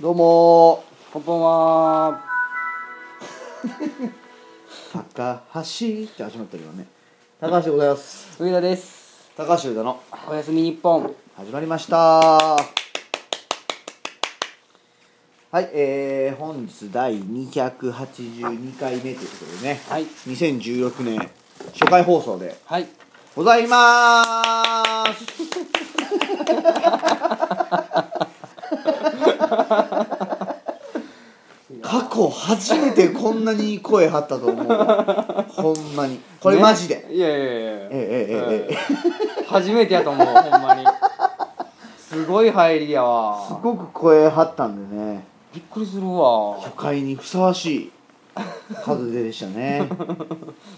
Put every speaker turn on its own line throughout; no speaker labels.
どうもーこんばんは高橋って始まったけどね高橋でございます
上田です
高橋だの
おやすみ日本
始まりましたはいえー、本日第282回目ということでね、
はい
2016年初回放送で
はい
ございまーす 過去初めてこんなに声張ったと思うわほんまにこれ
ね
マジで、
いやいや
え
いや
ええええ
うん初めてやと思うほんまにすごい入りや
す
わ
ごく声張ったんでね
びっくりするわ
初回にふさわしい数でした ね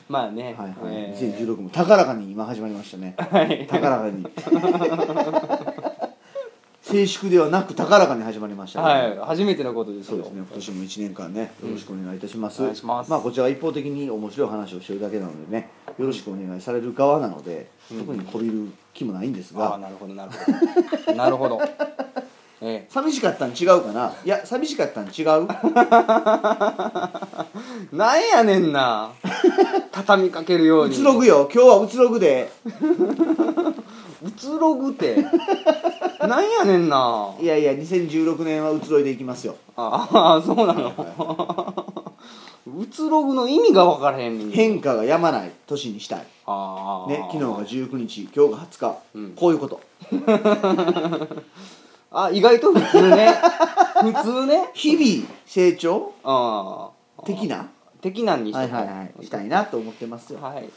まあね
はいはい、
ええ
2016も高らかに今始まりましたね
はい
高らか に静粛ではなく高らかに始まりましたね、
はい初めてのことです
そう
よ
ですね今年も1年間ねよろしくお願いいたします、
お願いします
まあこちらは一方的に面白い話をしてるだけなのでねよろしくお願いされる側なので、特にこびる気もないんです
ああ
が、
なるほどなるほどなるほどえ
寂しかったん違うかないや寂しかったん違 う
えなんやね んな畳みかけるよう
う
に
つろぐよ今日はうつろぐで
うつろぐてなんやねんない
やいや2016年はうつろいでいきますよ
ああそうなの、うつろぐの意味が分からへんねん
変化がやまない年にしたい
ああ
ね昨日が19日今日が20日、
うん
こういうこと
あ意外と普通ね普通ね
日々成長
ああ
的な
的なんにし
は
て
いはいはいしたいなと思ってますよ
はい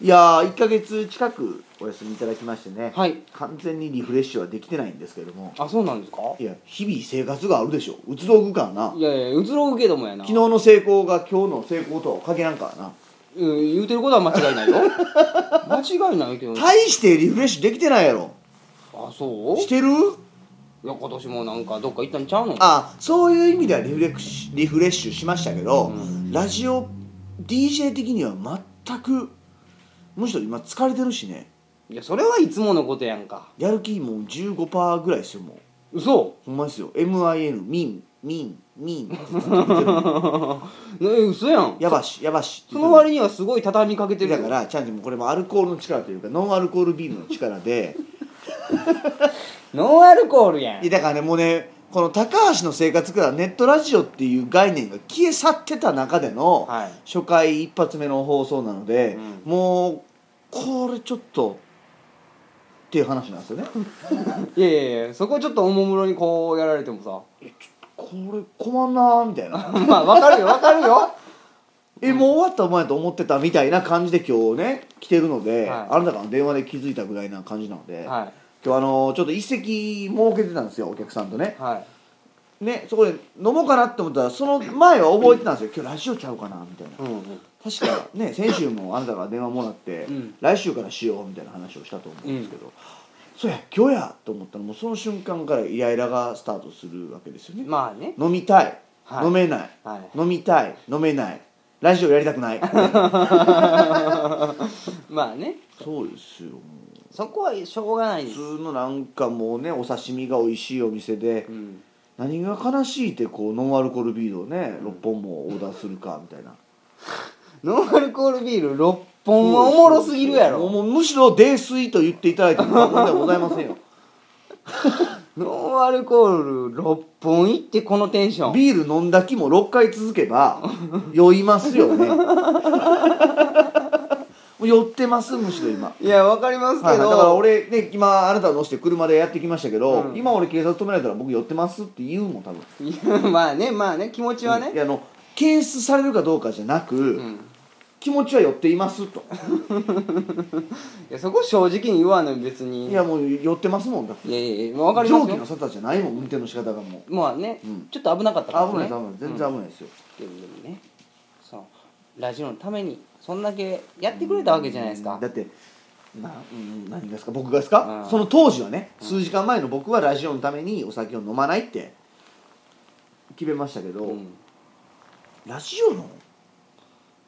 いやー1か月近くお休みいただきましてね、
はい
完全にリフレッシュはできてないんですけれども
あそうなんですか
いや日々生活があるでしょうつろぐからない
やいやうつろぐけどもやな
昨日の成功が今日の成功とは限らんからな
うん、言うてることは間違いないよ 間違いないけどあ
大してリフレッシュできてないやろ
そう
してる
いや今年もなんかどっか行ったんちゃうの
あそういう意味ではリフレクシリフレッシュしましたけど、
うん
ラジオ DJ 的には全くむしろ今疲れてるしね
いやそれはいつものことやんか
やる気もう15%ぐらいですよもう
嘘
ほんまですよ MIN ミンミンミン
ね嘘やん
やばしやばしって
そ
言っ
の割にはすごい畳みかけ
て
て
る
るよ
だからちゃんともうこれもアルコールの力というかノンアルコールビールの力で
ノンアルコールやん
いやだからねもうねこの高橋の生活からネットラジオっていう概念が消え去ってた中での、
はい
初回一発目の放送なので、
う
もうこれちょっとっていう話なんですよね
いやいやいやそこちょっとおもむろにこうやられてもさ
これ困んなーみたいな
まあわかるよわかるよ
えもう終わったお前と思ってたみたいな感じで今日ね来てるので、
はい
あなたからの電話で気づいたぐらいな感じなので、
は
今日あのちょっと一席設けてたんですよお客さんとね
いはい
ねそこで飲もうかなって思ったらその前は覚えてたんですよ今日ラジオちゃうかなみたいな
うんうん
確かね先週もあなたから電話もらって、
うん
来週からしようみたいな話をしたと思うんですけど、そうや今日やと思ったらもうその瞬間からイライラがスタートするわけですよね、
まあね
飲みたい、
はい
飲めない、
はい
飲みたい飲めないラジオやりたくない
まあね
そうですよ
そこはしょうがないです、
普通のなんかもうねお刺身が美味しいお店で、
うん、
何が悲しいってこうノンアルコールビールをね6本もオーダーするかみたいな
ノンアルコールビール6本はおもろすぎるや
もう
ろ
もうむしろ泥酔と言っていただいても過言ではございませんよ
ノンアルコール6本いってこのテンション
ビール飲んだ気も6回続け ば酔いますよねもう酔ってますむしろ今
いやわかりますけど、
はいはいだから俺ね今あなたを乗せて車でやってきましたけど、
うん
今俺警察止められたら僕酔ってますって言うもん多分
いや まあねまあね気持ちはね
いやあの検出されるかどうかじゃなく、
うん
気持ちは酔っていますと
いやそこ正直に言わんのに別に
いやもう酔ってますもんだって
いやいやいやわかりま
蒸
す
気の
よ
沙汰じゃないもん運転の仕方がもう
まあね、
うん
ちょっと危なかったからね
危ないです危ないです全然危ないですよ、
でもねそのラジオのためにそんだけやってくれたわけじゃないですか
だってな、うん、何がですか僕がですか、
うん
その当時はね数時間前の僕はラジオのためにお酒を飲まないって決めましたけど、
うん
ラジオの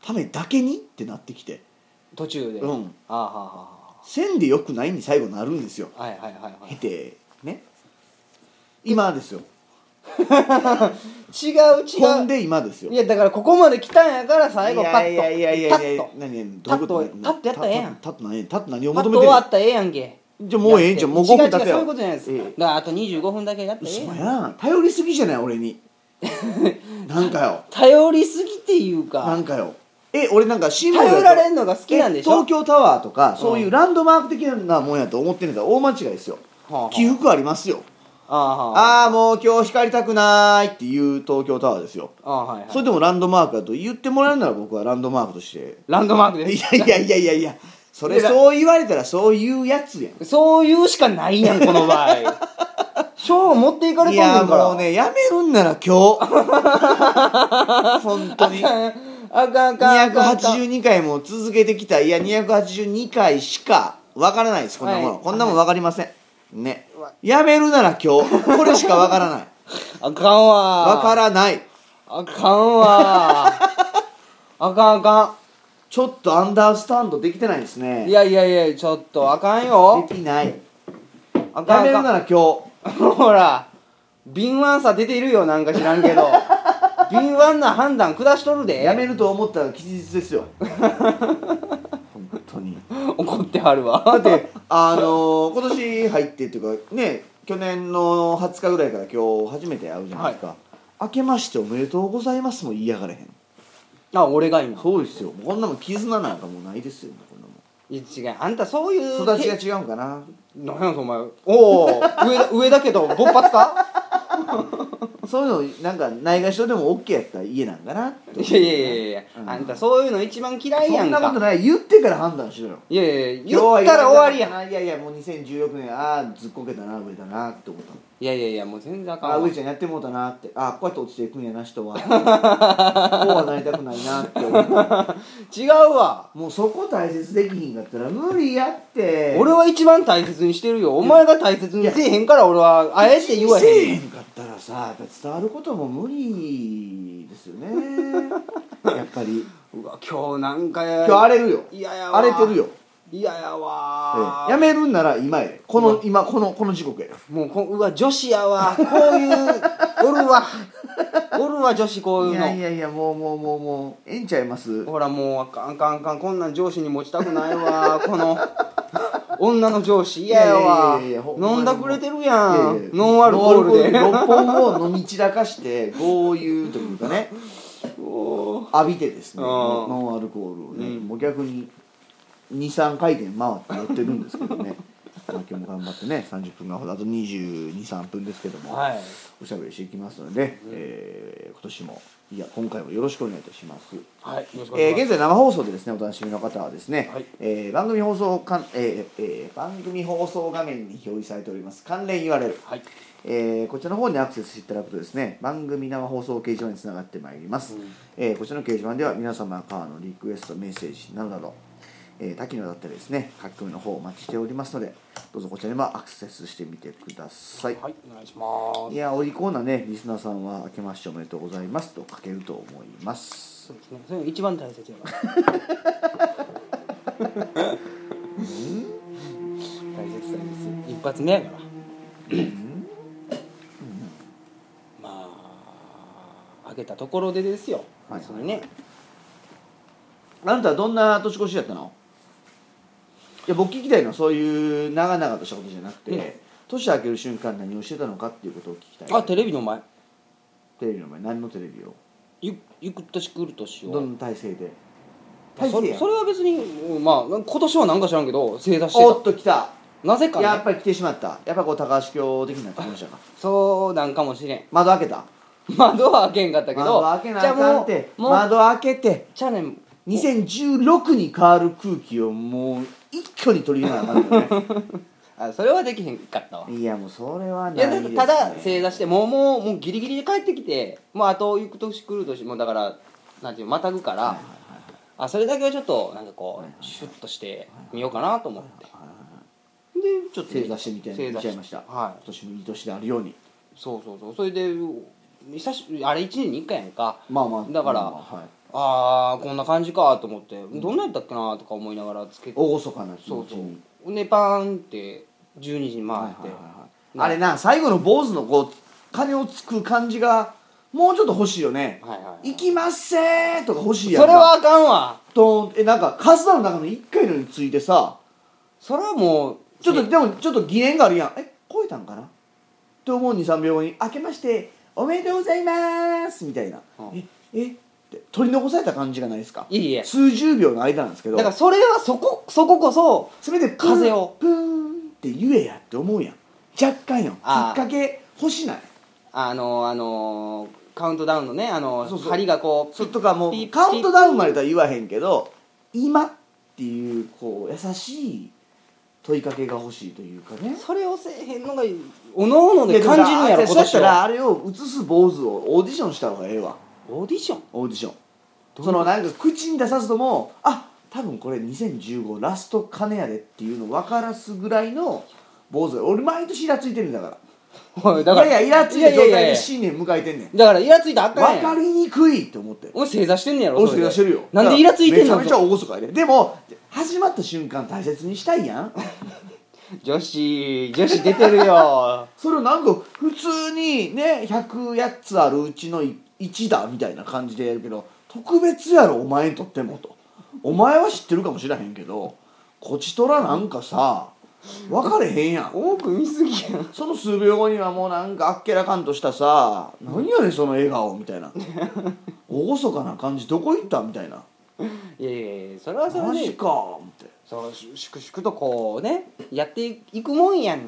ためだけにってなってきて
途中で、
うん
ああは
せんでよくないに最後なるんですよ
あはあはあはいはいはいは
経
い
てね今ですよ
違う
ほ
違
ん
う
で今ですよ
いやだからここまで来たんやから最後パッと
いやいやいやい
パ
やい
ッ
や
と
何どういうこと
パッとパッとやったらええやん
パッと何パッと何を
パッ
求
と
めて
終
る
わったらええやんけ
じゃあもうええんちゃうもう5
やって
分経った
違う違うそういう
よ
ことじゃないです、
ええ
だからあと25分だけやったらええ
嘘
やん
やん頼りすぎじゃない俺 になんかよ
頼りすぎていう
な
か
んかよえ俺なんか新聞
頼られんのが好きなんでしょ
え東京タワーとかそういううんランドマーク的なもんやと思ってんねんから大間違いですよ
はあはあ
起伏ありますよ
ああはあ
ああーもう今日光りたくないっていう東京タワーですよ
ああはいはい
それでもランドマークだと言ってもらえるなら僕はランドマークと して
ランドマークで
い
す
やいやいやいやいやそれ
いや
そう言われたらそういうやつやん
そういうしかないやんこの 場合賞を持っていかれ
い
とんねん
や
から
もうねやめるんなら今日本当に
あかんあかんあかんあかん
282回も続けてきたいや282回しかわからないですこんなもの、
はい
こんなもんわかりませんね
わ
やめるなら今 日これしかわからない
あかんわ
わからない
あかんわあかんあか
ちょっとアンダースタンドできてないです
んい
ね
やいやいやちょっとあかんよ
できない
あか
や
ん
める
あかん
なら今
ほら敏腕さ出ているよなんか知ら んけど敏腕な判断下しとる
日や
で
めると思ったら吉日です よ本当に
怒ってはる
だ
わ
ってあのー今年入ってっていうかね去年の20日ぐらいから今日初めて会うじゃないですか、明けましておめでとうございますも言いやがれへん
あ俺が今
そうですよこんなもん絆なんかもうないですよこんない
や違うあんたそういう
もん育ち
け
が違うんかな
なんやそんお前おお上だ上だけど勃発か
そういうのなんかないがしろでも OK やったら家なんかない
や いやいやいや、
うん
あんたそういうの一番嫌いや
そ
ん
んなこと
か
ない言ってから判断しろよ
いやいや言ったら終わりやん
んいやいやもう2016年ああずっこけたな上だなって思ったの
いやいやいやもう全然あか
あ
んわ
上ちゃんやってもうたなってあこうやって落ちていくんやな 人はこうはなりたくないなって思った
違うわ
もうそこ大切できひんかったら無理やって
俺は一番大切にしてるよお前が大切にせえへんから俺はあえて言わ
せえ
へ
へ
ん
んかったらさやっぱ伝わることも無理ですよね やっぱり
うわ今日なんか
今日荒れるよ
いややわ
荒れてるよ、
いやや
え
わ
えやめるんなら今やでこの今このこの時刻やで
もうこうわ女子やわこういうお るわおるわ女子こういう
い
の
やいやいやもうもうもうもうええんちゃいます
ほらもうあかんあかんあかんこんなん上司に持ちたくな いわこの女の上司嫌やわ
いやいやいやいやほんまに
飲んだくれてるやん
いやいや
ノンアルコールで
ノンアルコールで六本を飲み散らかして豪遊というかね
おー
浴びてですね
うん
ノンアルコールをね、
うん
もう逆に23回転回ってやってるんですけどねまあ今日も頑張ってね30分がほどあと223分ですけども、
はい
おしゃべりしていきますので、えー今年もいや今回もよろしくお願いいたします。
はいよろしくお願
え
い
ー
しま
現在生放送でですねお楽しみの方はですね、
はい
えー番組放送かん、えーえー番組放送画面に表示されております関連 URL、
すはい
えーこちらの方にアクセスしていただくとですね番組生放送掲示板につながってまいります、
うん
えーこちらの掲示板では皆様からのリクエストメッセージなどなど、えー多岐にわたってですね書き込みの方お待ちしておりますのでどうぞこちらにもアクセスしてみてください、
はいお願いしま
い、やお利口なねリスナーさんは「明けましておめでとうございます」と書けると思います
すそうですねそれが一番大切やから大切大切一発目やからまあ開けたところでですよ、
はい
そのね
あなたはどんな年越しやったのいや僕聞きたいのはそういう長々としたことじゃなくて、
うん
年明ける瞬間何をしてたのかっていうことを聞きたい
あテレビの前
テレビの前何のテレビを
ゆゆく年来る年を
どんな体勢で体
そ
勢
れ
や
それは別にうんまあ今年は何か知らんけど正座して
おったと来た、
なぜか、
やっ
ね、
ぱり来てしまったやっぱこう高橋京的なところじゃん
そうなんかもしれん
窓開けた
窓は開けんかったけ
窓
ど
開けなあ
じゃあ
かん
も
って
うもう、
窓開けて
じゃあね
2016に変わる空気をもう一挙に取り入れなあかんの ね
あそれはできへんかったわ
いやもうそれはないいで
や
す、
だ
ね、
ってただ正座してもうもうもうギリギリで帰ってきてもうあと行く年来る年もうだからなんていうのまたぐから、あそれだけはちょっとなんかこうシュッとしてみようかなと思ってでちょっと
正座してみたいな
正座
見ちゃいました
は
今年もいい年であるように
いそうそうそうそれで久しぶりあれ1年に1回やんか
まあまあ
だから
まあまあはい、
あーこんな感じかと思ってどんなんやったっけなとか思いながらつけて
大晦日な気
そう
持ち
そ
に
うでパーンって12時に回
は
っ
いはい
て
はいはいあれな最後の坊主のこう金をつく感じがもうちょっと欲しいよね
はいはいは
「
い
行きまっせ」とか欲しいやん
そ
か
れはあかんわ
とえなんか数の中の1回のについてさ
それはもう
ちょっと
ね
でもちょっと疑念があるやんえ超えたんかなって思う23秒後に「明けましておめでとうございます」みたいな「
うん
ええって取り残された感じがないですか
いえいえ
数十秒の間なんですけど
だからそれはそこそここそ
それでプーン
風を
プーンって言えやって思うやん若干よきっ
あー
かけ欲しない
あのあのカウントダウンのねあの
そうそう
針がこ
そうれとかも
ピ
う
ッ
カウントダウンまでとは言わへんけど今っていうこう優しい問いかけが欲しいというかね
それをせえへんのがおのおので感じるんやろ
い
今
そうやっ
年
たら
は
あれを映す坊主をオーディションした方がええわ
オーディション
オーディション
どう
そのなんか口に出さずともあ多分これ2015ラスト金やでっていうの分からすぐらいの坊主俺毎年イラついてるんだから
おいだから
いやいやイラついた状
いや
態
いやい
で
や
新年迎えてんねん
だからイラついたらあかん
分
や
か
ん
りにくいって思って
お前正座してんねやろ
俺
そ
好き
れで
出してるよ
なんでイラついてん
だ
の
からめちゃめちゃ厳かやででも始まった瞬間大切にしたいやん
女子女子出てるよ
それをなんか普通にね108つあるうちの1だみたいな感じでやるけど特別やろお前にとってもとお前は知ってるかもしれへんけどこちとらなんかさ分かれへんやん
多く見すぎやん
その数秒後にはもうなんかあっけらかんとしたさ何やねんその笑顔みたいな厳かな感じどこ行ったみたいない
やいやいやそれはそ
マ
れ
ジ
で
か思って
そのし粛々とこうねやっていくもんやん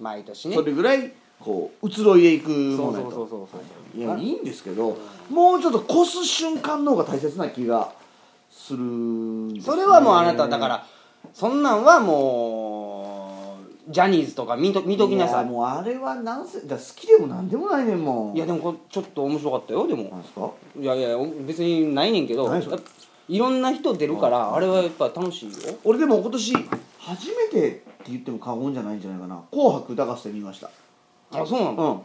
毎年ね
それぐらいこう移ろいでいく
そ
も
う
のや
そ
と
うそうそうそう
いやいいんですけどもうちょっとこす瞬間の方が大切な気がするんですね
それはもうあなただからそんなんはもうジャニーズとか見と見ときな
いや
さい
もうあれはなんせだから好きでもなんでもないねんもん
いやでもこれちょっと面白かったよで
なん
も
ですか
いやいやお別にないねんけど
ないでしょ
やっぱいろんな人出るからあれはやっぱ楽しいよ
俺でも今年初めてって言っても過言じゃないんじゃないかな「紅白歌合戦」見ました
あそうな
う
の
ん
へ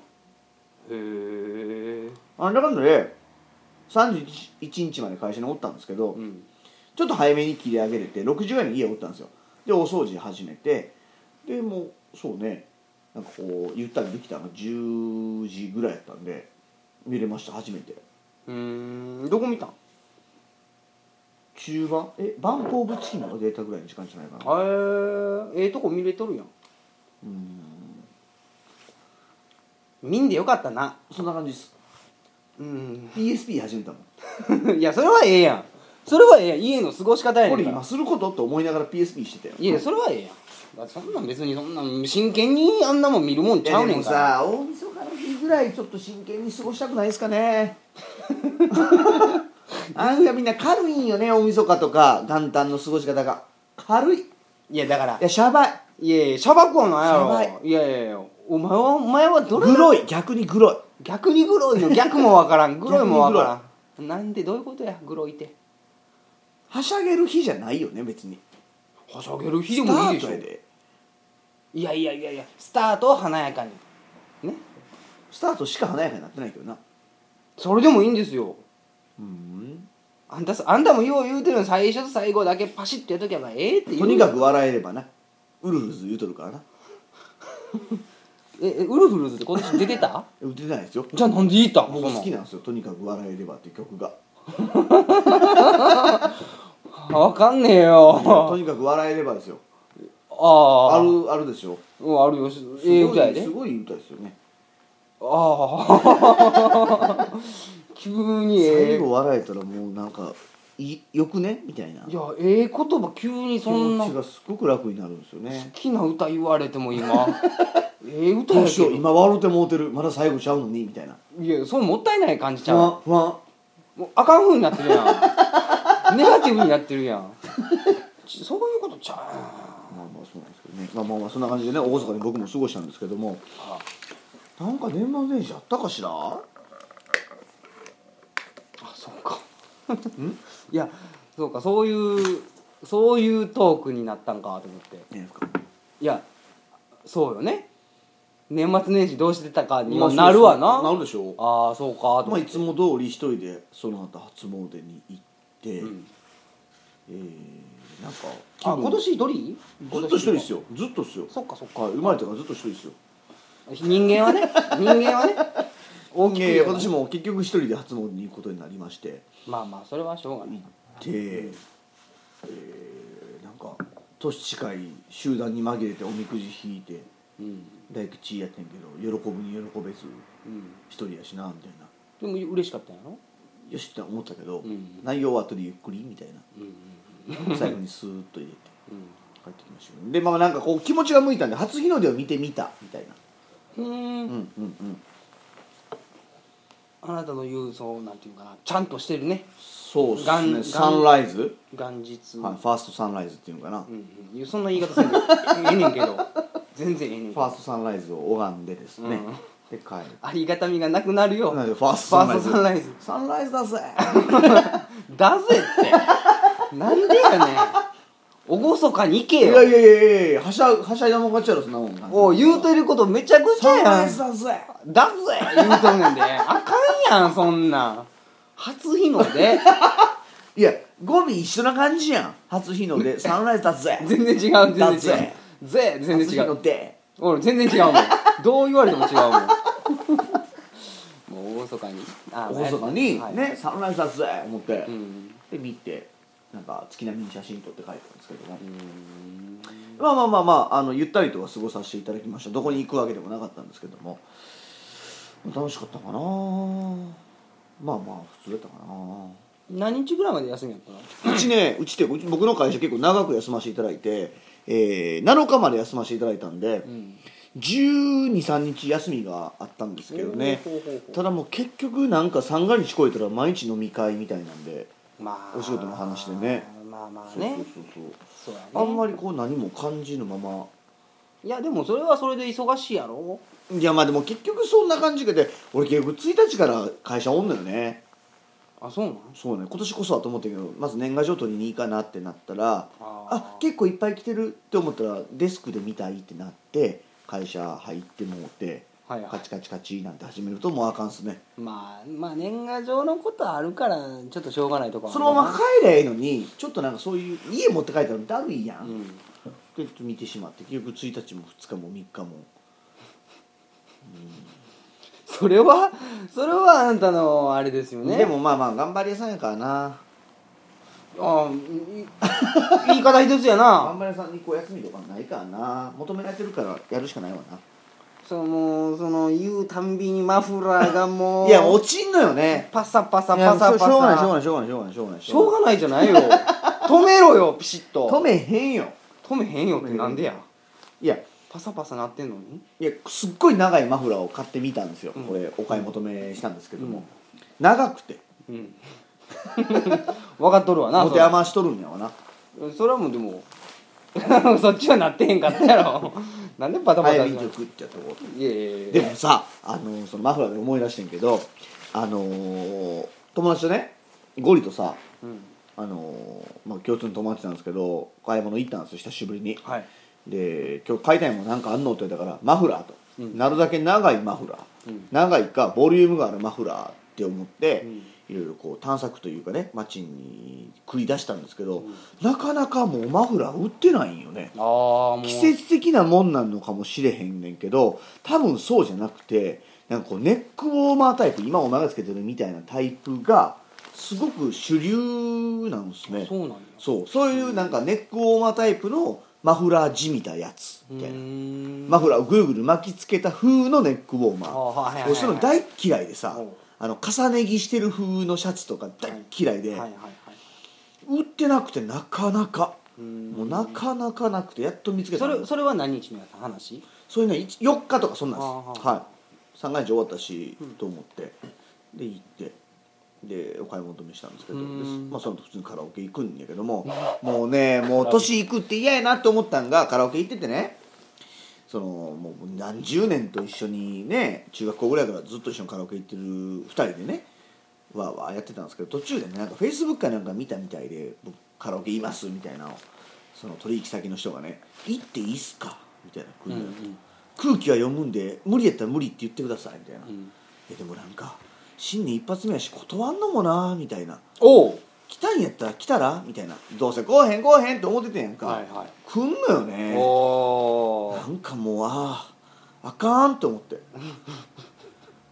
え
なんだかんだで31日まで会社におったんですけど、
うん
ちょっと早めに切り上げれて6時ぐらいに家おったんですよでお掃除始めてでもうそうねなんかこうゆったりできたのが10時ぐらいやったんで見れました初めて
うーんどこ見たんへ
中盤えバンポーブチキンが出たぐらいの時間じゃないかな
ええとこ見れとるやん
うん
見んでよかったな
そんな感じです
うん
PSP 始めたもん
いやそれはええやんそれはええやん家の過ごし方やね
こ
ん
れ
から
今することって思いながら PSP してたよ
いやそれはええやんだってそんなん別にそんなん真剣にあんなもん見るもん
い
ちゃ
や
う
で
ね
も
んから
さ大晦日の日ぐらいちょっと真剣に過ごしたくないですか ねなんかみんな軽いんよね大晦日とか元旦の過ごし方が軽いい
いやだから
やしゃばい
いやいやしゃばくはない
しゃ
やろいやいやいやお前はお前はどれ
グロい逆にグロい
逆にグロいの逆もわからんグロいもわ
逆に
からんなんでどういうことやグロいって
はしゃげる日じゃないよね別に
はしゃげる日でもいいでし
スター
ょ
トやで
いやいやいやいやスタートを華やかにね
スタートしか華やかになってないけどな
それでもいいんですよ
うん
あんたさあんたもよう言うてるの最初と最後だけパシッとやっとけばええって言う
とにかく笑えればなウルフルズ言うとるからな
ええウルフルズって今年出て た
打てないですよ
じゃあなんで言ったん
僕
そん
好
なん
きなんですよとにかく笑えればっていう曲が
わかんね え
と
よ。
にかく笑えればですよ
ああ。
あ。るあるでしょ
うん、あるよ。し
す
ええ歌や
ごい
で。
すごい歌ですよね
ああ。 急にええ。
最
い
後笑えたらもうなんかいよくねみたいな
や、ええ言葉急に
気
そんな
持ち
好
がすごく楽になるんですよね
きな歌言われて も今。ええ歌
ど
や
うしよう
け
今笑うてもうてるまだ最後ちゃうのにみたいな
ど。いや、そうもったいない感じち
不
ゃう。
安不安
もうあかん風になってるやん。 ネガティブになってるやん。ちそういうことちゃう
まあまあそうなんですけどねまあまあまあそんな感じでね大阪に僕も過ごしたんですけどもなんか年末年始やったかしら
やん。あ、そうか。いや、そうか、そういう、そういうトークになったんかと思って。
いいですか
いやそうよね年末年始どうしてたかにはなるわな、
なるでしょ
ああそうかと
ま
思
あ
っ
い
て、
つも通り一人でその後初詣に行って、
うん
えー、なんか
あ今年一人
ずっと一人ですよずっとですよ
そっかそっか
はい生まれてからずっと一人ですよ
人間はね人間はね 大きく
い
言
やい
え
や
ば
私も結局一人で初詣に行くことになりまして
まあまあそれはしょうがない
で、えーなんか年近い集団に紛れておみくじ引いて
うん
大吉やってんけど喜ぶに喜べず
うん
一人やしなみたいな
でも嬉しかったんやろ
よしって思ったけど、
うん
内容は後でゆっくりみたい
うんうん
な最後にスーッと入れて
うん
帰ってきましたよでまあなんかこう気持ちが向いたんで初日の出を見てみたみたいな
うーん
うんうんうん
あなたの言うそうなんていうかなちゃんとしてるね
そうで
ガン
す
ガ
ね
ン
サンライズ、
元日、
はい、ファーストサンライズっていうのかな、
うんうんいや、そんな言い方 せんでええねんけど全然ええねんけ
ファー
ど
ストサンライズを拝んでですね、
うん
で帰る
ありがたみがなくなるよ
なんでフ
フ
ァ
ァ
ー
ー
ス
ス
ト
ト
サンライズ
サンライズ
サンライズだぜ
だぜってなんでやねん厳かに行
い
け
や
よ
いやいやいやいやはしゃはしゃいだもん勝ちやろそんなもん
おう言う
る
てることめちゃくちゃ
サンラ
や
イ
ん
ズだぜ
だぜ言うとんねんであかんやんそんなん初日の出
いや語尾一緒な感じやん初日の出サンライズだ ぜ
全然違う
だ
全然違
ぜ
うぜ全
初日
然違う
の出
俺全然違 うもんどう言われても違う もんもう大そかにあ
大阪に、
はい
ねサンライズだぜ思って、
うん
で見てなんか月並みに写真撮って帰ったんですけども、
うん
まあまあまあまああのゆったりとは過ごさせていただきましたどこに行くわけでもなかったんですけども楽しかったかなまあまあ普通だったかな
何日ぐらいまで休みやったの
うちねうちっていうかうち僕の会社結構長く休ませていただいて、えー7日まで休ませていただいたんで、
ん
1 2 3日休みがあったんですけどね
ほうほうほうほう
ただもう結局なんか三が日超えたら毎日飲み会みたいなんで
まあ
お仕事の話でね
まあまあ
そうそう
ね
そうそう
そうやね
あんまりこう何も感じぬまま
いやでもそれはそれで忙しいやろ
いやまあでも結局そんな感じで俺結局1日から会社おんのよね
あそうなん
そうね今年こそはと思ったけどまず年賀状取りに行かなってなったら
あー
あ結構いっぱい来てるって思ったらデスクで見たいってなって会社入ってもうて
はいは
カチカチカチなんて始めるともうあかんっすね
いまあまあ年賀状のことあるからちょっとしょうがないとこはあ
そ
る
のまま
な
帰れいいのにちょっとなんかそういう家持って帰ったらだるいやん、
う
で
ん
ちょっと見てしまって結局1日も2日も3日も
それはそれはあなたのあれですよね
でもまあまあ頑張り屋さんやからな
あーい言い方一つやな
頑張り屋さんにこう休みとかないからな求められてるからやるしかないわな
そのその言うたんびにマフラーがもう
いや落ちんのよね
パサパサ
いや
パ
し
サ
ょ
パ
しょうがないしょうがな
サ
いしょうがないしょうがないしょうがない
しょうがないじゃないよ止めろよピシッと
止めへんよ
止めへんよってなんでや
いや
パサパサなってんのに
いやすっごい長いマフラーを買ってみたんですよ、
うん
これお買い求めしたんですけども、
うん
長くて
うん分かっとるわな
持て余しとるんやわな
それそれはもうでも そっちはなってへんかったやろなんでバタバタ
早
す
め
る
に
の
曲ってやっとこうと
いやいやいや
でもさあのーそのマフラーで思い出してんけどあのー友達とねゴリとさ
うん
あのーまあ、共通の友達なんですけど買い物行ったんですよ久しぶりに、
はい
で今日買いたいものなんかあんのって言ったからマフラーと、
うん
なるだけ長いマフラー、
うん
長いかボリュームがあるマフラーって思って、
うん
いろいろこう探索というかね街に繰り出したんですけど、なかなかもうマフラー売ってないんよね
ああもう
季節的なもんなんのかもしれへんねんけど多分そうじゃなくてなんかこうネックウォーマータイプ今お前がつけてるみたいなタイプがすごく主流なんですね
そうなんや
そうそういうなんかネックウォーマータイプのマフラー地みたいなやつみたいな、マ
マ
フラーをぐるぐる巻きつけた風のネックウォーマー
はいはいはい
俺そういうの大っ嫌いでさ
うん
あの重ね着してる風のシャツとか大っ嫌いで、
はいはいはい
売ってなくてなかなか
うん
もうなかなかなくてやっと見つけた
そ
ん
れ
です
それは何日のやった話
そういうね一4日とかそんなんです
あーは
はい三が日終わったし、
うん
と思ってで行ってでお買い求めしたんですけどで
うん
まあ、その後普通にカラオケ行くんやけどももうねもう年行くって嫌やなって思ったんがカラオケ行っててねそのもう何十年と一緒にね中学校ぐらいからずっと一緒にカラオケ行ってる2人でねわーわーやってたんですけど途中でねなんかフェイスブックかなんか見たみたいで僕カラオケいますみたいなのをその取引先の人がね「行っていいっすか?」みたいな来るのよ
うんうん
空気は読むんで無理やったら無理って言ってくださいみたいな、
うん
えでもなんか新年一発目やし断んのもなみたいな
おお
来たんやったら来たらみたいなどうせ来おへん来おへんって思っててんやんか、
はいはい
来んのよね
お
なんかもうあああかんって思って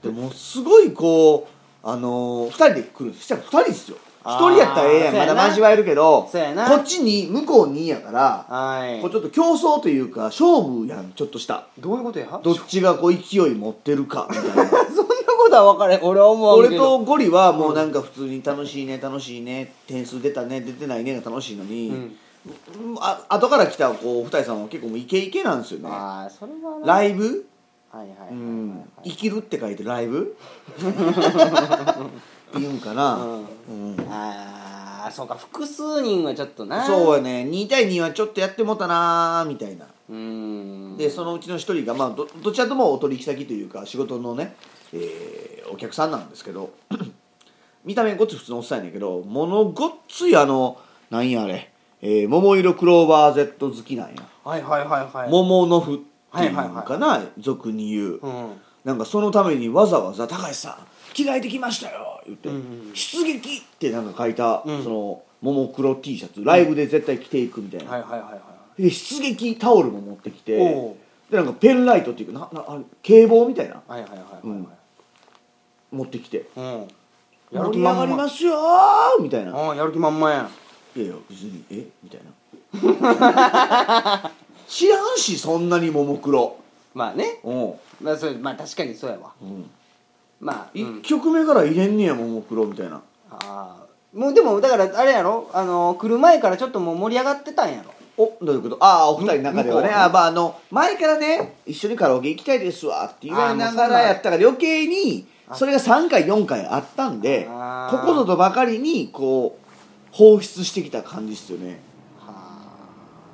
でもすごいこうあのー、2人で来るしたら2人ですよ1
あ
人
ー
やったらええやん
そう
ま
やな
だ交わえるけどこ
そうやな
っちに向こうにやから
はい
こうちょっと競争というか勝負やんちょっとした
どういう ことや
どっ
そ
ちがこう勢い持ってるかみたいな
んなことは分かれん俺は思う
俺
けど
とゴリはもうなんか普通に楽しいね楽しいね点数出たね出てないねが楽しいのに、
うん
うんあ後から来たこう二重さんは結構もうイケイケなんですよね
ああそれはな
ライブ
はいはいはいはい、
うん生きるって書いてライブって言うんかな、
うん
うん
ああそうか複数人はちょっとな
そう
う
やね2対2はちょっとやってもたなーみたいな
うーん
でそのうちの一人が、まあ、どどちらともお取引先というか仕事のね、えーお客さんなんですけど 見た目ごっつ普通のおっさんやねんけどものごっついあのなんやあれ、えー桃色クローバー Z 好きなんや、
はいはいはいはい
桃の符っていうの
はい
か
は
な、俗に言う、
うん
なんかそのためにわざわざ「高橋さん着替えてきましたよ」言って
うんうん
「出撃」ってなんか書いた、
うん
そのももクロ T シャツライブで絶対着ていくみたいな、
はいはいはいはい
で出撃タオルも持ってきて
おう
でなんかペンライトっていうかななあれ警棒みたいな
はいはいはいはい
うん持ってきて
うん
「
や
盛
る気
り上が
満
り
々
ますよー」みたいな「
うんやる気満々やん
いやいや別にえみたいな 知らんしそんなにももクロ
まあね
うん、
まあそれまあ確かにそうやわ
うん、
まあう
1
ん
曲目から入れんねやももクロみたいな
あーもうでもだからあれやろあの来る前からちょっともう盛り上がってたんやろ
おどういうことああお二人の中ではね
向こうはね
あーまああの前からね一緒にカラオケ行きたいですわって言われながら
あーもうそんな
やったから余計に
あ
それが3回4回あったんで
あ
こ
ー
こぞとばかりにこう放出してきた感じですよね
は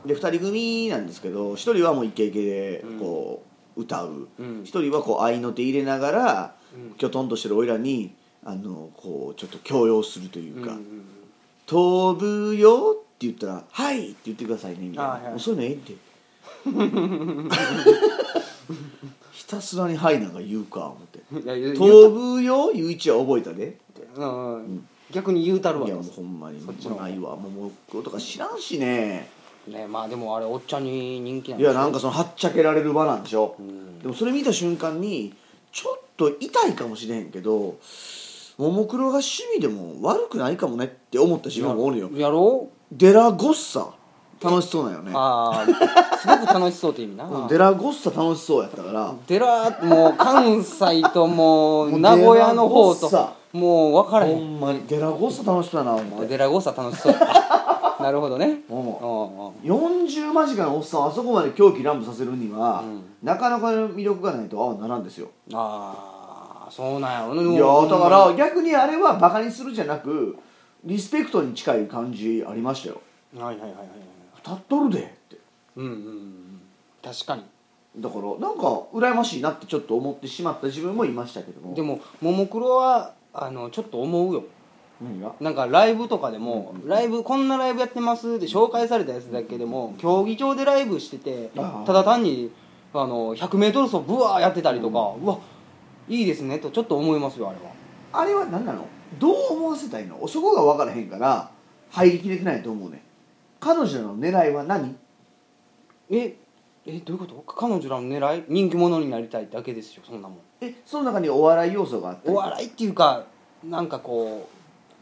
で2人組なんですけど1人はもうイケイケで
うん
こう歌う、
う
一
ん
1人はこう合いの手入れながら
うん
きょとんとしてるおいらにあのこうちょっと強要するというか。
うんうん
飛ぶよって言ったら「はい」って言ってくださいねみたいな、
あはい
もうそういうのええって ひたすらに「はい」なんか言うか思って
うんい
「
や言う
飛ぶよ」言う位置は覚えたで
うんうん逆に言うたるわ
いやもうほんまに
そ
も
っち
う
の方
ないわもうもうことか知らんしね
ねまあでもあれおっちゃんに人気なん
い
でしょ
やなんかそのはっちゃけられる場なんでしょ、
うん
でもそれ見た瞬間にちょっと痛いかもしれへんけどももクロが趣味でも悪くないかもねって思った自分もおるよ
やろう
デラゴッサ楽しそうなんよね
ああすごく楽しそうって意味 な
うんデラゴッサ楽しそうやったから
デラーもう関西と
も
もう
う
名古屋の方
デラゴッ
ともう分からへ
ほ
ん
んまにデラゴッサ楽しそうやなお前
デラゴッサ楽しそうやなるほどね
うん
うんうん
40間近のおっさんをあそこまで狂気乱舞させるには、
うん
なかなかの魅力がないとああならんですよ
ああそうなんやろ
い
ね
やだから逆にあれはバカにするじゃなくリスペクトに近い感じありましたよ
はいはいはいはい
立っとるでって
うんうんうん確かに
だからなんか羨ましいなってちょっと思ってしまった自分もいましたけども
でもももクロはあのちょっと思うよ
何が
なんかライブとかでも「ライブこんなライブやってます」で紹介されたやつだけでも競技場でライブしてて
あー
ただ単にあの 100m 走ブワーやってたりとか、うわいいですねとちょっと思いますよあれは
あれは何なのどう思わせたいのそこが分からへんから入りきれてないと思うね彼女の狙いは何
ええどういうこと彼女らの狙い人気者になりたいだけですよそんなもん
えその中にお笑い要素があったり
お笑いっていうかなんかこ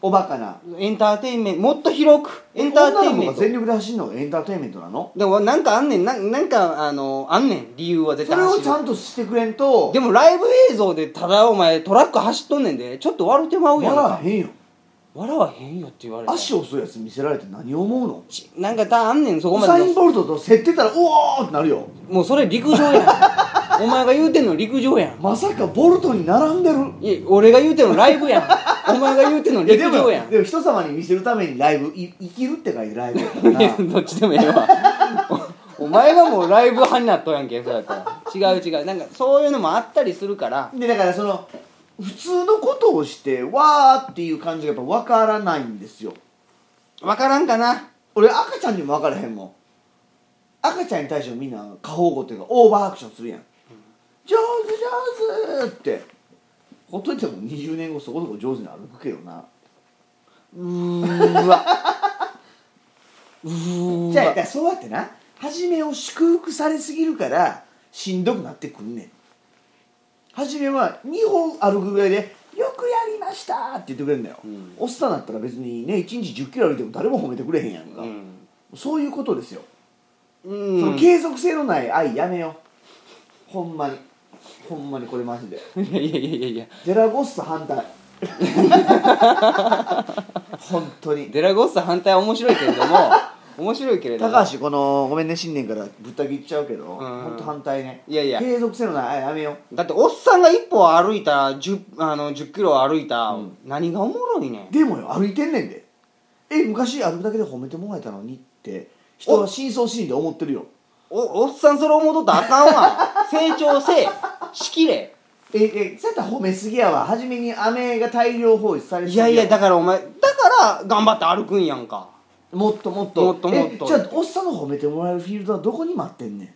おバカな
うエンターテインメントもっと広くエンターテインメ
女の子が
ント
全力で走るのがエンターテインメントなの
でもなんかあんねんななんかあのあんねん理由は絶
そ
対
れ
走
を
る
ちゃんとしてくれんと
でもライブ映像でただお前トラック走っとんねんでちょっと笑うてまうやん
笑わ
か
へんよ
笑わへんよって言われた
足遅いやつ見せられて何思うの
しなんかたあんねんそこ
ウ
ま
サ
で
イン・
の
ボルトと競ってたらうおーってなるよ
もうそれ陸上や んお前が言うてんの陸上やん
まさかボルトに並んでる
いや俺が言うてんのライブやんお前が言うてんの
いや
陸
で
上や
も
ん
でも人様に見せるためにライブい生きるって書いてライブや からない
やどっちでもええわおお前がもうライブ派になっとやんけそうやったら違う違うなんかそういうのもあったりするから
でだからその普通のことをしてわーっていう感じがやっぱ分からないんですよ
分からんかな
俺赤ちゃんにも分からへんもん赤ちゃんに対してもみんな過保護っていうかオーバーアクションするやん、上手上手ってほっといても20年後そこそこ上手に歩くけどな
うーわうーわ
じゃあだからそうやってな初めを祝福されすぎるからしんどくなってくんねん初めは2本歩くぐらいで「よくやりました!」って言ってくれるんだよ、
うん
おっさんだったら別にね1日1 0キロ歩いても誰も褒めてくれへんやんか、
うん
そういうことですよ、
うん
その継続性のない愛やめようほんまにほんまにこれマジで
いやいやいやいやいや
デラゴッソ反 対本当に
デラゴッサ反対は面白いけれど も面白いけれども
高橋このごめんね新年からぶった切っちゃうけど本当反対ね
いやいや
継続性のないあやめよ
だっておっさんが一歩歩いた 10, あの10キロ歩いた、
うん
何がおもろいねん
でもよ歩いてんねんでえ昔歩くだけで褒めてもらえたのにって人は真相心理で思ってるよ
おおっさんそれ思うとったらあか んわ成長せえしきれ
ええそうやったら褒めすぎやわ初めに飴が大量放出されす
い
ぎわ
やいやだからお前だから頑張って歩くんやんか
もっともっと
もっともっと
えじゃあおっさんの褒めてもらえるフィールドはどこに待ってんね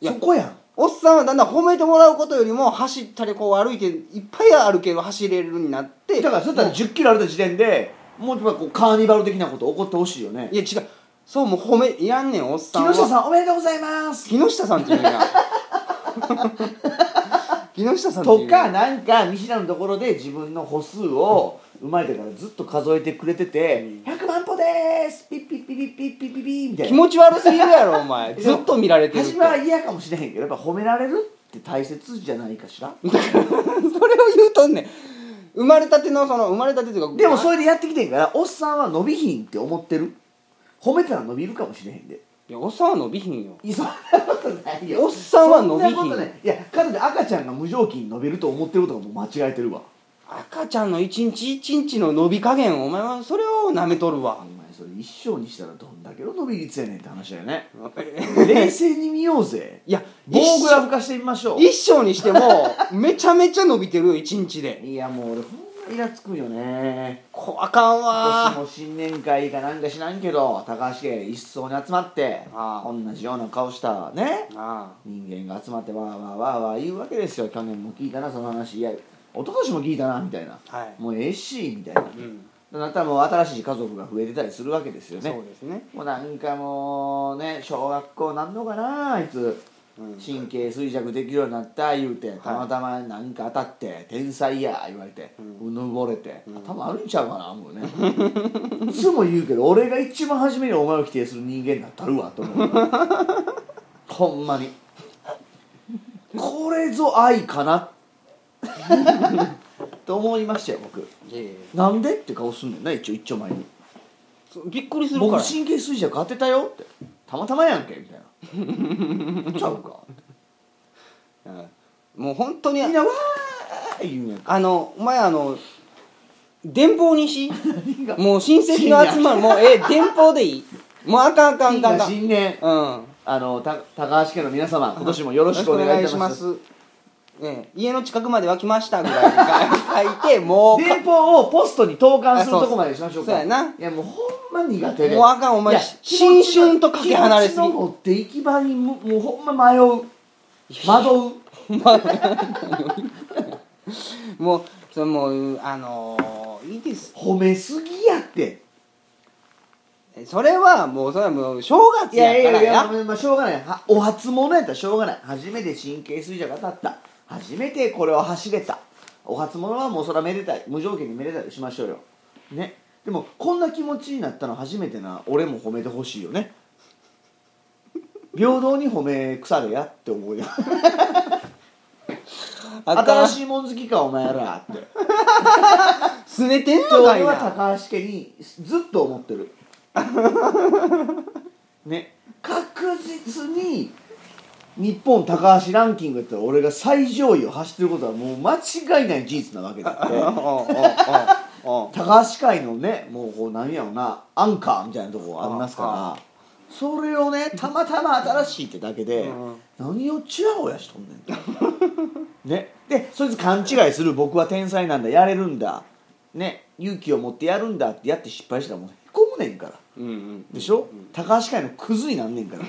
ん
いや
そこやん
おっさんはだんだん褒めてもらうことよりも走ったりこう歩いていっぱい歩ける走れるようになって
だからそしたら1 0キロ歩いた時点でもうやっぱこうカーニバル的なこと起こってほしいよね
いや違うそうもう褒めいらんねんおっさ
木
んは
下さんおめでとうございます
木下さんって言 うな木下さんって言
と
う
か
な
なんかミシュランのところで自分の歩数を生まれてからずっと数えてくれてて「100万歩ですピッピッピッピッピッピッピッピ」みたい
気
な
持ち悪すぎるやろお前ずっと見られてるって
初めは嫌かもしれへんけどやっぱ褒められるって大切じゃないかしら
それを言うとんねん生まれたてのその生まれたてというか
でもそ
れ
れでやってきてんからおっさんは伸びひんって思ってる褒めたら伸びるかもしれへんで
いやおっさんは伸びひんよ
いやそんなことないよ
おっさんは伸びひん
そんなことないいやかとで赤ちゃんが無条件に伸びると思ってることがもう間違えてるわ
赤ちゃんの一日一日の伸び加減お前はそれを舐めとる
お
わ
前それ一生にしたらどんだけの伸び率やねんって話だよね 冷
え
静に見ようぜ
いや
棒グラフ化してみましょ
一生にしてもめちゃめちゃ伸びてるよ一日
う
で
いやもう俺ほんまイラつくよね
こあかん
今年
わ
も新年会かなんかしなんけど高橋家一層に集まって
あ
同じような顔したね
あ
人間が集まってわーわーわーわー言うわけですよ去年も聞いたなその話いや一昨年も聞いたなみたいな
あはい
もうええしみたいな
うん
なったらもう新しい家族が増えてたりするわけですよ
そ
ね
うですね
もうなんかもうね小学校なんのかなあいつ
うん
神経衰弱できるようになった言うてたまたまなんか当たって「天才や」言われてうぬぼれて頭あるんちゃうかなもうねいつも言うけど俺が一番初めにお前を否定する人間になったるわと思 うほんまにこれぞ愛かな と思いましたよ僕
いやいやいや
なんでって顔すんねんな一応一丁前に
そうびっくりするから
僕神経衰弱当てたよってたまたまやんけみたい なちゃうか
うんもう本当に
みんなわー言うんやんか
あのお前あの電報にし
が
もう親戚の集まりもうえ電報でいいもうあかんあかんあかんあかん
新年
うん
あのた高橋家の皆 様今年もよろしくお願いいたします
よろしくお願いしますええ家の近くまでは来ましたぐらいに書い 書いてもうか
電報をポストに投函する
あそう
とこまでしましょうか
そうやない
やもうほんま苦手で
もうあかんお前
いや
新春とかけ離れすぎ
気持ちの持って行き場にももうほんま迷う惑う
もうそれもうあのーいいです
褒めすぎやって
それはもうそれはもう正月
いやい
や
や
から
いや、
や
まあ、しょうがないはお初物やったらしょうがない初めて神経衰弱が立った初めてこれを走れたお初物はもうそらめでたい無条件にめでたいとしましょうよねでもこんな気持ちになったの初めてな俺も褒めてほしいよね 平等に褒め腐れやって思うよ
あか
新
ん
しいもん好きかお前らって
すねてんのか
俺
い
は
な
高橋家にずっと思ってるね確実に日本高橋ランキングやったら俺が最上位を走ってることはもう間違いない事実なわけだっ
お
て
うおうおうおう
高橋界のねもうこう何やろなアンカーみたいなとこありますからそれをねたまたま新しいってだけで
うん
何をチヤホヤしとんねんと ねでそいつ勘違いする僕は天才なんだやれるんだね勇気を持ってやるんだってやって失敗したらもうへこむねんから
うんうん
でしょ、高橋界のクズになんねんから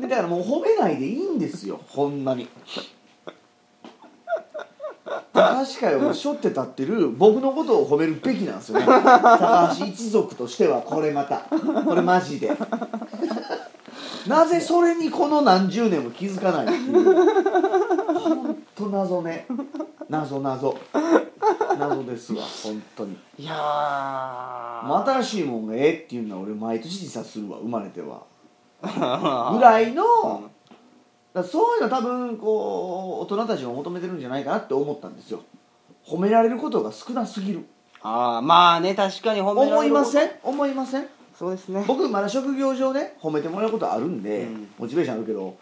でだからもう褒めないでいいんですよほんまに高橋界を背負って立ってる僕のことを褒めるべきなんですよね高橋一族としてはこれまたこれマジでなぜそれにこの何十年も気づかないっていう本当謎ね謎謎謎ですわ本当に
いやー
もう新しいもんがええっていうのは俺毎年自殺するわ生まれて はぐらいの、
ん
だからそういうの多分こう大人たちが求めてるんじゃないかなって思ったんですよ褒められることが少なすぎる
ああまあね確かに褒められる
思いません思いません
そうですね
僕まだ職業上ね褒めてもらうことあるんで、
うん
モチベーションあるけど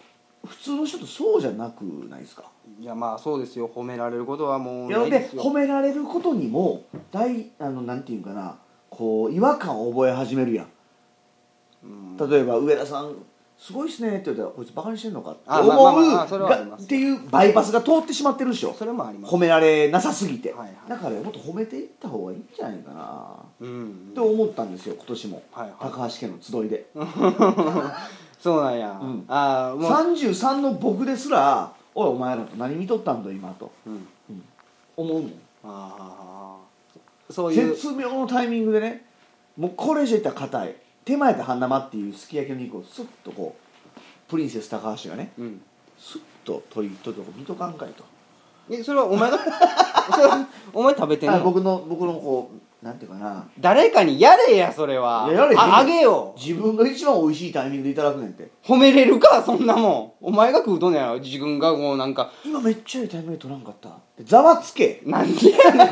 普通の人とそうじゃなくないですか
いやまあそうですよ褒められることはもう
いや
ない
で
ですよ
褒められることにも大あのなんていうんかなこう違和感を覚え始めるやん
うん
例えば上田さんすごいっすねって言ったらこいつバカにしてんのかって
あ
思う
まあまあまあそれはあり
が
ます
っていうバイパスが通ってしまってるでしょ
それもあります
褒められなさすぎて、
はいはい
だからもっと褒めていった方がいいんじゃないかな
うん
って思ったんですよ今年も、
はいはい
高橋家の集いで、
そうなんや、
ん
ああもう
33の僕ですら「おいお前らと何見とったんだ今」と
うん
思うもん
ああそういう
絶妙のタイミングでねもうこれ以上いったら硬い手前で半生っていうすき焼きの肉をスッとこうプリンセス高橋がね
うん
スッと取り取ってこう見とかんかいと
えそれはお前がそれはお前食べてん
あ
の
僕の僕のこうなんていうかな
誰かにやれやそれはい
ややれへんよ
ああげよ
自分が一番美味しいタイミングでいただくねんて
褒めれるかそんなもんお前が食うとんねやろ自分がもうなんか
今めっちゃいいタイミングで取らんかったざわつけ
なんでやねん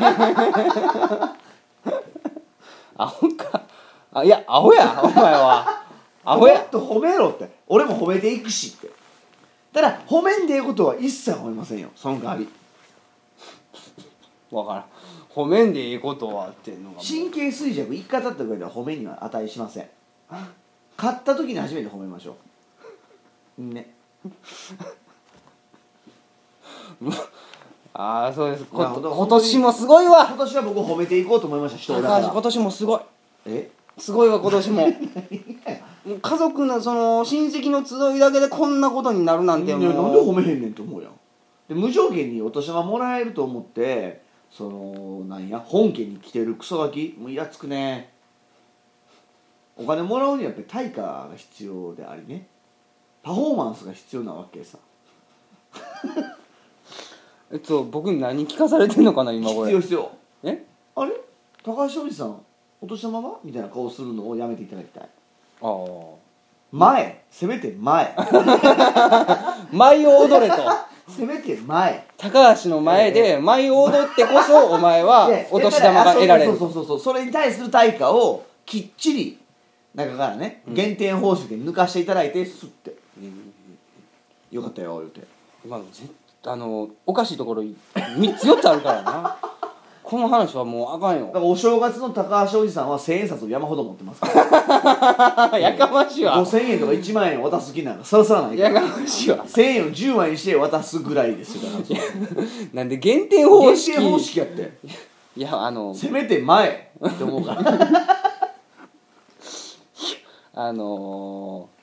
アホかあいやアホやお前はアホ
も
や
っと褒めろって俺も褒めていくしってただ褒めんでええことは一切褒めませんよその代わり
わからん褒めんでええことはっていうのがもう
神経衰弱一回経ったぐらいでは褒めには値しません買った時に初めて褒めましょうね
ああそうですこ
なるほど
今年もすごいわ
今年は僕褒めていこうと思いました人
高
をだか
橋今
ら
年もすごい
え
すごいわ今 年ももう家族のその親戚の集いだけでこんなことになるなん
い
て
やなんで
もう
褒めへんねんと思うやんで無条件にお年玉もらえると思ってそのなんや本家に来てるクソガキもうイラつくねお金もらうにはやっぱり対価が必要でありねパフォーマンスが必要なわけさ
えっと僕に何聞かされてんのかな今こ
必
れ
要必要
え
あれ高橋おじさんお年玉はみたいな顔するのをやめていただきたい
ああ
前せめて前
舞を踊れと
せめて前
高橋の前で舞を踊ってこ そお前は
で
お年玉が得られ
あ
る
そうそうそうそうそれに対する対価をきっちり中からね減点方式で抜かしていただいてすって、よかったよ言うて
今のぜあのおかしいところ3つ4つあるからな この話はもうあかん
だ から
よ
お正月の高橋おじさんは千円札を山ほど持ってますから
やかましいわ
5000円とか1万円を渡す気なんかさらさらないか
や
ら
かましいわ
1000円を10万円にして渡すぐらいですよだから
なんで減点方式
減点方式やって
いやあの
せめて前って思う から
あのー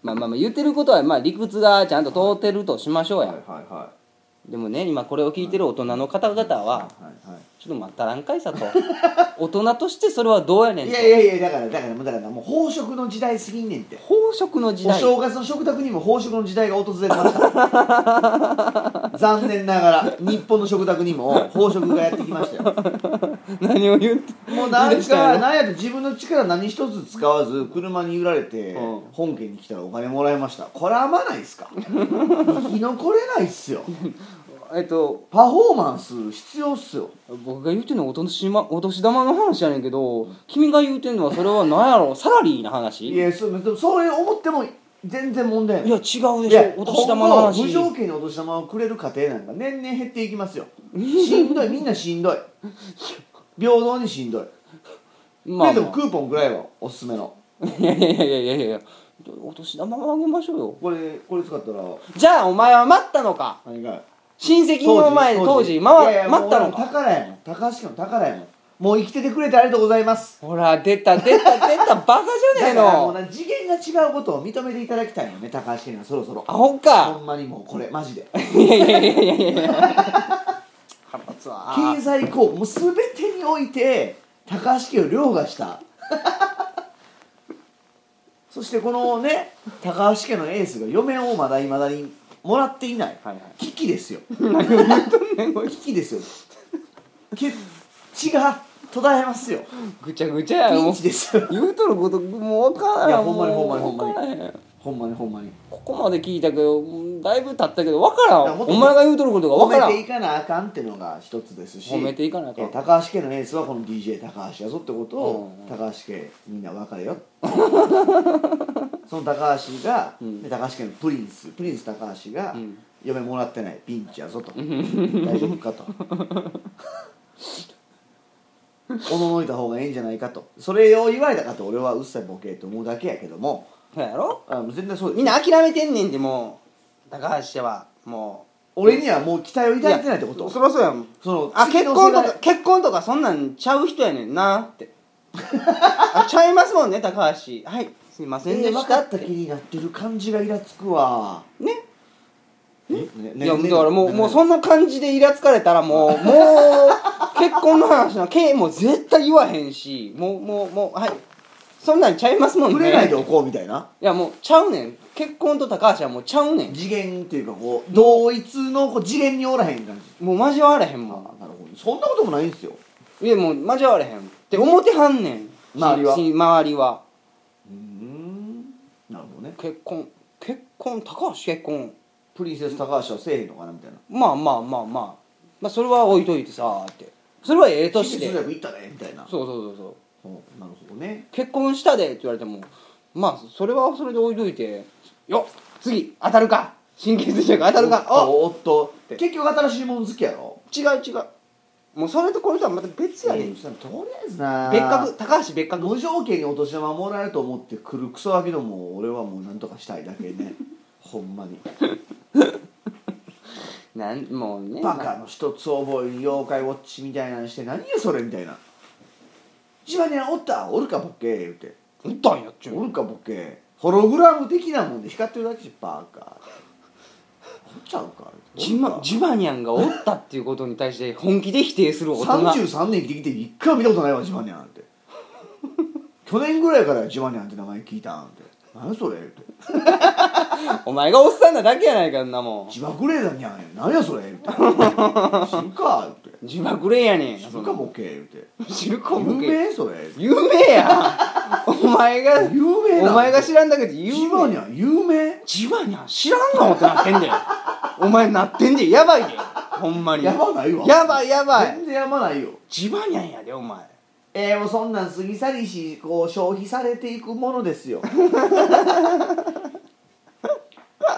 まあまあまあ言ってることはまあ理屈がちゃんと通ってるとしましょうや、
はいは
でもね今これを聞いてる大人の方々は
はいはい
ちょっと待ったらんかいさ と大人としてそれはどうやねん
い
と
やいやいやだからだからもうだからもう飽食の時代すぎんねんって
飽食の時
お
代
正月の食卓にも飽食の時代が訪れました 残念ながら日本の食卓にも飽食がやってきましたよ
何を言って
もうな
言い
ん
出したん
か
やろ
なんやと自分の力何一つ使わず車に揺られて
うん
本家に来たらお金もらいましたこれはまないっすか生き残れないっすよ
えっと
パフォーマンス必要っすよ
僕が言うてんのはお年,、ま、お年玉の話やねんけど君が言うてんのはそれは何やろサラリーの話
い
いや
やそうそれ思っても全然問題ない
違うでしょ
いや
お年玉の
今
話
後無条件にお年玉をくれる家庭なんか年々減っていきますよしんどいみんなしんどい平等にしんどい、
まあ、
でもクーポンぐらいはおすすめの
いやいやいやいやいやお年玉をあげましょうよ
これこれ使ったら
じゃあお前は待ったのか
何が
親戚の前で当時
いやい
回
や
待った
も
の
う
か
宝やもん高橋家の宝やもんもう生きててくれてありがとうございます
ほら出た出た出たバカじゃねえ
だからもう
の
な次元が違うことを認めていただきたいよね高橋家にはそろそろ
アホ
ほ
か
んまにもうこれマジで
いやいやいやいやいや腹立つわ
経済効果もう全て において高橋家を凌駕したそそしてこのね高橋家のエースが嫁をまだいまだにもらっていない、
はいはい
危機ですよ
何を言っとんねんこれ
危機ですよ血血が途絶えますよ
ぐちゃぐちゃ
ピ
やも
ン
う
チですよ
言うとることもう分からん
いやほんまにほんまにほんまに
もう分からへん
ほんまにほんまに
ここまで聞いたけどうんだいぶ経ったけど分からん
いやもっと
お前が言うとることが
褒
分から
めて
ん
いかなあかんっていうのが一つですし
褒めていかなあかん
えー高橋家のエースはこの DJ 高橋やぞってことを、
うんうん
高橋家みんな別れよ その高橋が、
ん
で高橋家のプリンスプリンス高橋が、
うん
嫁もらってないピンチやぞと大丈夫かと おののいた方がいいんじゃないかとそれを言われたかって俺はうっさいボケと思うだけやけども
そうやろ
あ全然そうです
みんな諦めてんねんでもう高橋ではも
俺にはもう期待を
う
抱いてないってこ
や
と
そりゃそうやもん
その
あ結
次の
婚と
世
か
代
結婚とかそんなんちゃう人やねんなって あちゃいますもんね高橋はいすいません
え
で
ー分
した
かっ
って
た気になってる感じがイラつくわ
ね
ね
いやだからもうもう
な
そんな感じでイラつかれたらも うもう結婚の話なんけもう絶対言わへんしもうもうもうはいそんなんちゃいますもんね
触れないでおこうみたいない
やもうちゃうねん結婚と高橋はもうちゃうねん
次元っていうかこう同一のこう次元におらへん感じ
もう交われへん
あ
も
なるほどそんなこともないんですよ
んいやもう交われへんって思ってはんねん
周りは
し周りは
うーんなるほどね
結婚結婚高橋結婚
プリンセス高橋はせえへんのかなみたいな
まあまあまあまあまあそれは置いといてさってそれはええ
都
と
市
し
通
て
訳行ったねみたいな
そうそうそうそう
ほうなるほどね
結婚したでって言われてもまあそれはそれで置いといてよっ次当たるか神経衰弱当たるかお
おおっと結局新しいもの好きやろ
違う違うもうそれとこれとはまた別やねん
いやとりあえずな
別格高橋別格
無条件にお年玉もらえると思ってくるクソガキどもを俺はもうなんとかしたいだけ ねほんまに
なんもうね
バカの一つ覚えに妖怪ウォッチみたいなのして何やそれみたいな一番におったおるかボケ言うて
打ったんやっちゅ
お
う
るかボケホログラム的なもんで光ってるだけじゃバカおっちゃうか
ジマジマニャンがおったっていうことに対して本気で否定する大人
33年生きてきて一回も見たことないわジマニャンって去年ぐらいからジマニャンって名前聞いたんって何それ言うて
お前がおっさんなだけやないかんなも
自爆レーダーにゃん何やそれ言うて知るか言うて
ん自爆霊やねん
知るかボケ言うて
知るか
有
ボケ
名それ言うて
有名や お前が
有名な
お
ん
前が知らんだけで有名
ジマニャン有名
ジバニャン知らんのってなって んでお前なってんでやばいでほんまに
やばないわ
やばいやばい
全然やまないよ
ジバニャンやでお前
えー、もうそんなん過ぎ去りしこう消費されていくものです よ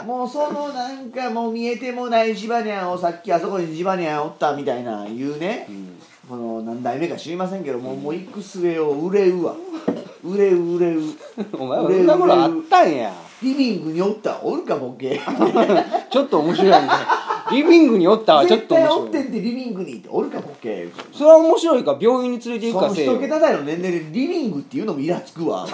もうそのなんかもう見えてもないジバニャンをさっきあそこにジバニャンおったみたいな言うね、
ん
この何代目か知りませんけどもう,、もう行く末を売れうわ売れう売れう
お前はそんなことあったんや
リビングにおったらおるかボケ
ちょっと面白いねリビングにおったわちょっ
絶
と
対
面
おっ
白
て
い
んってリビングにいておるかボケ
それは面白いから病院に連れて行
そ
くか
の
せえよ
一桁台の年齢でリビングっていうのもイラつく わ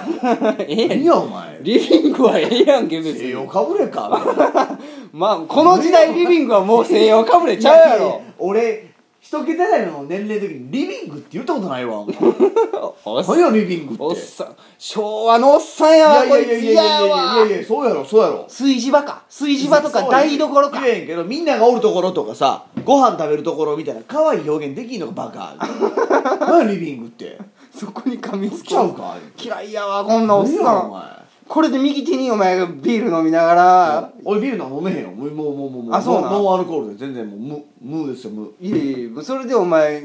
ええやん
何やお前
リビングはええやんけ別
西洋
に
かぶれかみたいな
まあこの時代リビングはもう西洋 かぶれちゃうや
いい
ろ
や俺一桁台の年齢の時にリビングって言ったことないわお前
おっさん
何やリビングって
おっさん昭和のおっさんやわ
い
こ
やい
い
やい
つ
やいやいや
や
いや
わ
いやいやそうやろそうやろ
炊事場か炊事場とか台所か
そうや言えんけどみんながおるところとかさご飯食べるところみたいな可愛い表現できんのか バカ何やリビングって
そこに噛みつく
ちゃうか
嫌いやわこんなおっ
何
さ
やお
ん
前
これで右手にお前がビール飲みながら
俺ビールなんか飲めへんよもうもうもうもうも
あそうなん
ノンノンアルコールで全然もう無無ですよ無
いやいやいやもうそれでお前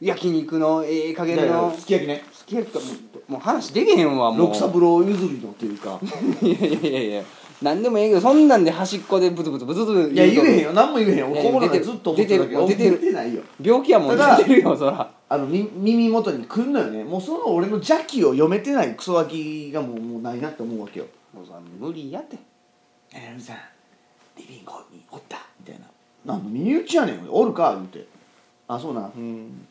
焼肉のええ加減
いやいや
の
すき焼きね
好きやったらもうもう話できへんわもう
六三郎譲りのっていうか
いやいやいやいや何でもええけどそんなんで端っこでブツブツブツブツ
いや言えへん
よ
よ何も言えへん
いや
俺心の中でずっと思ってたけど
出てる出てる
出てないよ
病気やも
た
ん
だ
出てるよそら
あのみ耳元に来んのよねもうその俺の邪気を読めてないクソガキがもうもうないなって思うわけよ
無理やって
「えるさんリビングにおった」みたいな「なんの身内やねんおるか」言うて「あそうなん」
うん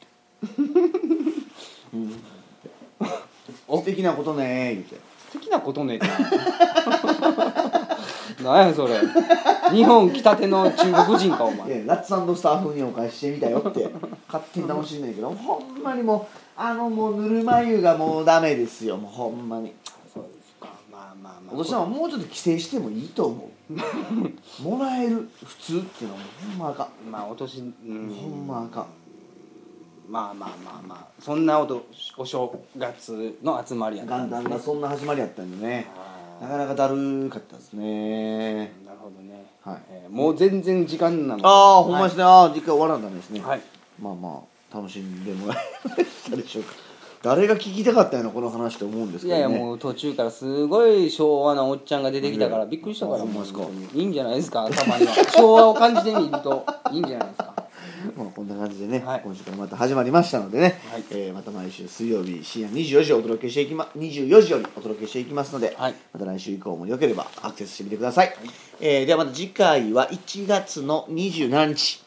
素敵なことね」言うて
素敵なことねえな何やそれ日本来たての中国人かお
い
前
や「ラッツスター風にお返ししてみたよ」 って勝手に楽しんでんけどほんまにもうあのもうぬるま湯がもうダメですよもうほんまに
そうですかまああまあまあ
お年玉もうちょっと規制してもいいと思うもらえる普通っていうのはもうほんまあかん
まあお年うん
ほんまあかん
まあまあまあまあそんなおとお正月の集まりやった
元
んです
旦がそんな始まりやったんでね
あ
なかなかだるかったですね
ーなるほどね、
はい
えーもう全然時間なので
ああほんまで
は
すね、ああー一回終わらんだめですね
い、はい
まあまあ楽しんでもらえましたでしょうか誰が聞きたかったようなこの話と思うんですけ
い
ど
や
ね
いやもう途中からすごい昭和なおっちゃんが出てきたからびっくりしたから
あほんまですか
もういいんじゃないですかたまには昭和を感じてみるといいんじゃないですか
まあこんな感じでね、
はい
今週からまた始まりましたのでね、
はい
えーまた毎週水曜日深夜24時お届けしていきま24時よりお届けしていきますので、
はい
また来週以降もよければアクセスしてみてください、えーではまた次回は1月の27日、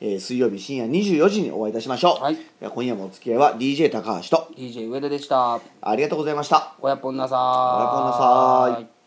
えー水曜日深夜24時にお会いいたしましょう、
はい
では今夜もお付き合いは DJ 高橋と
DJ 上田でした
ありがとうございました
おやっぽんなさー
おやっぽんなさーい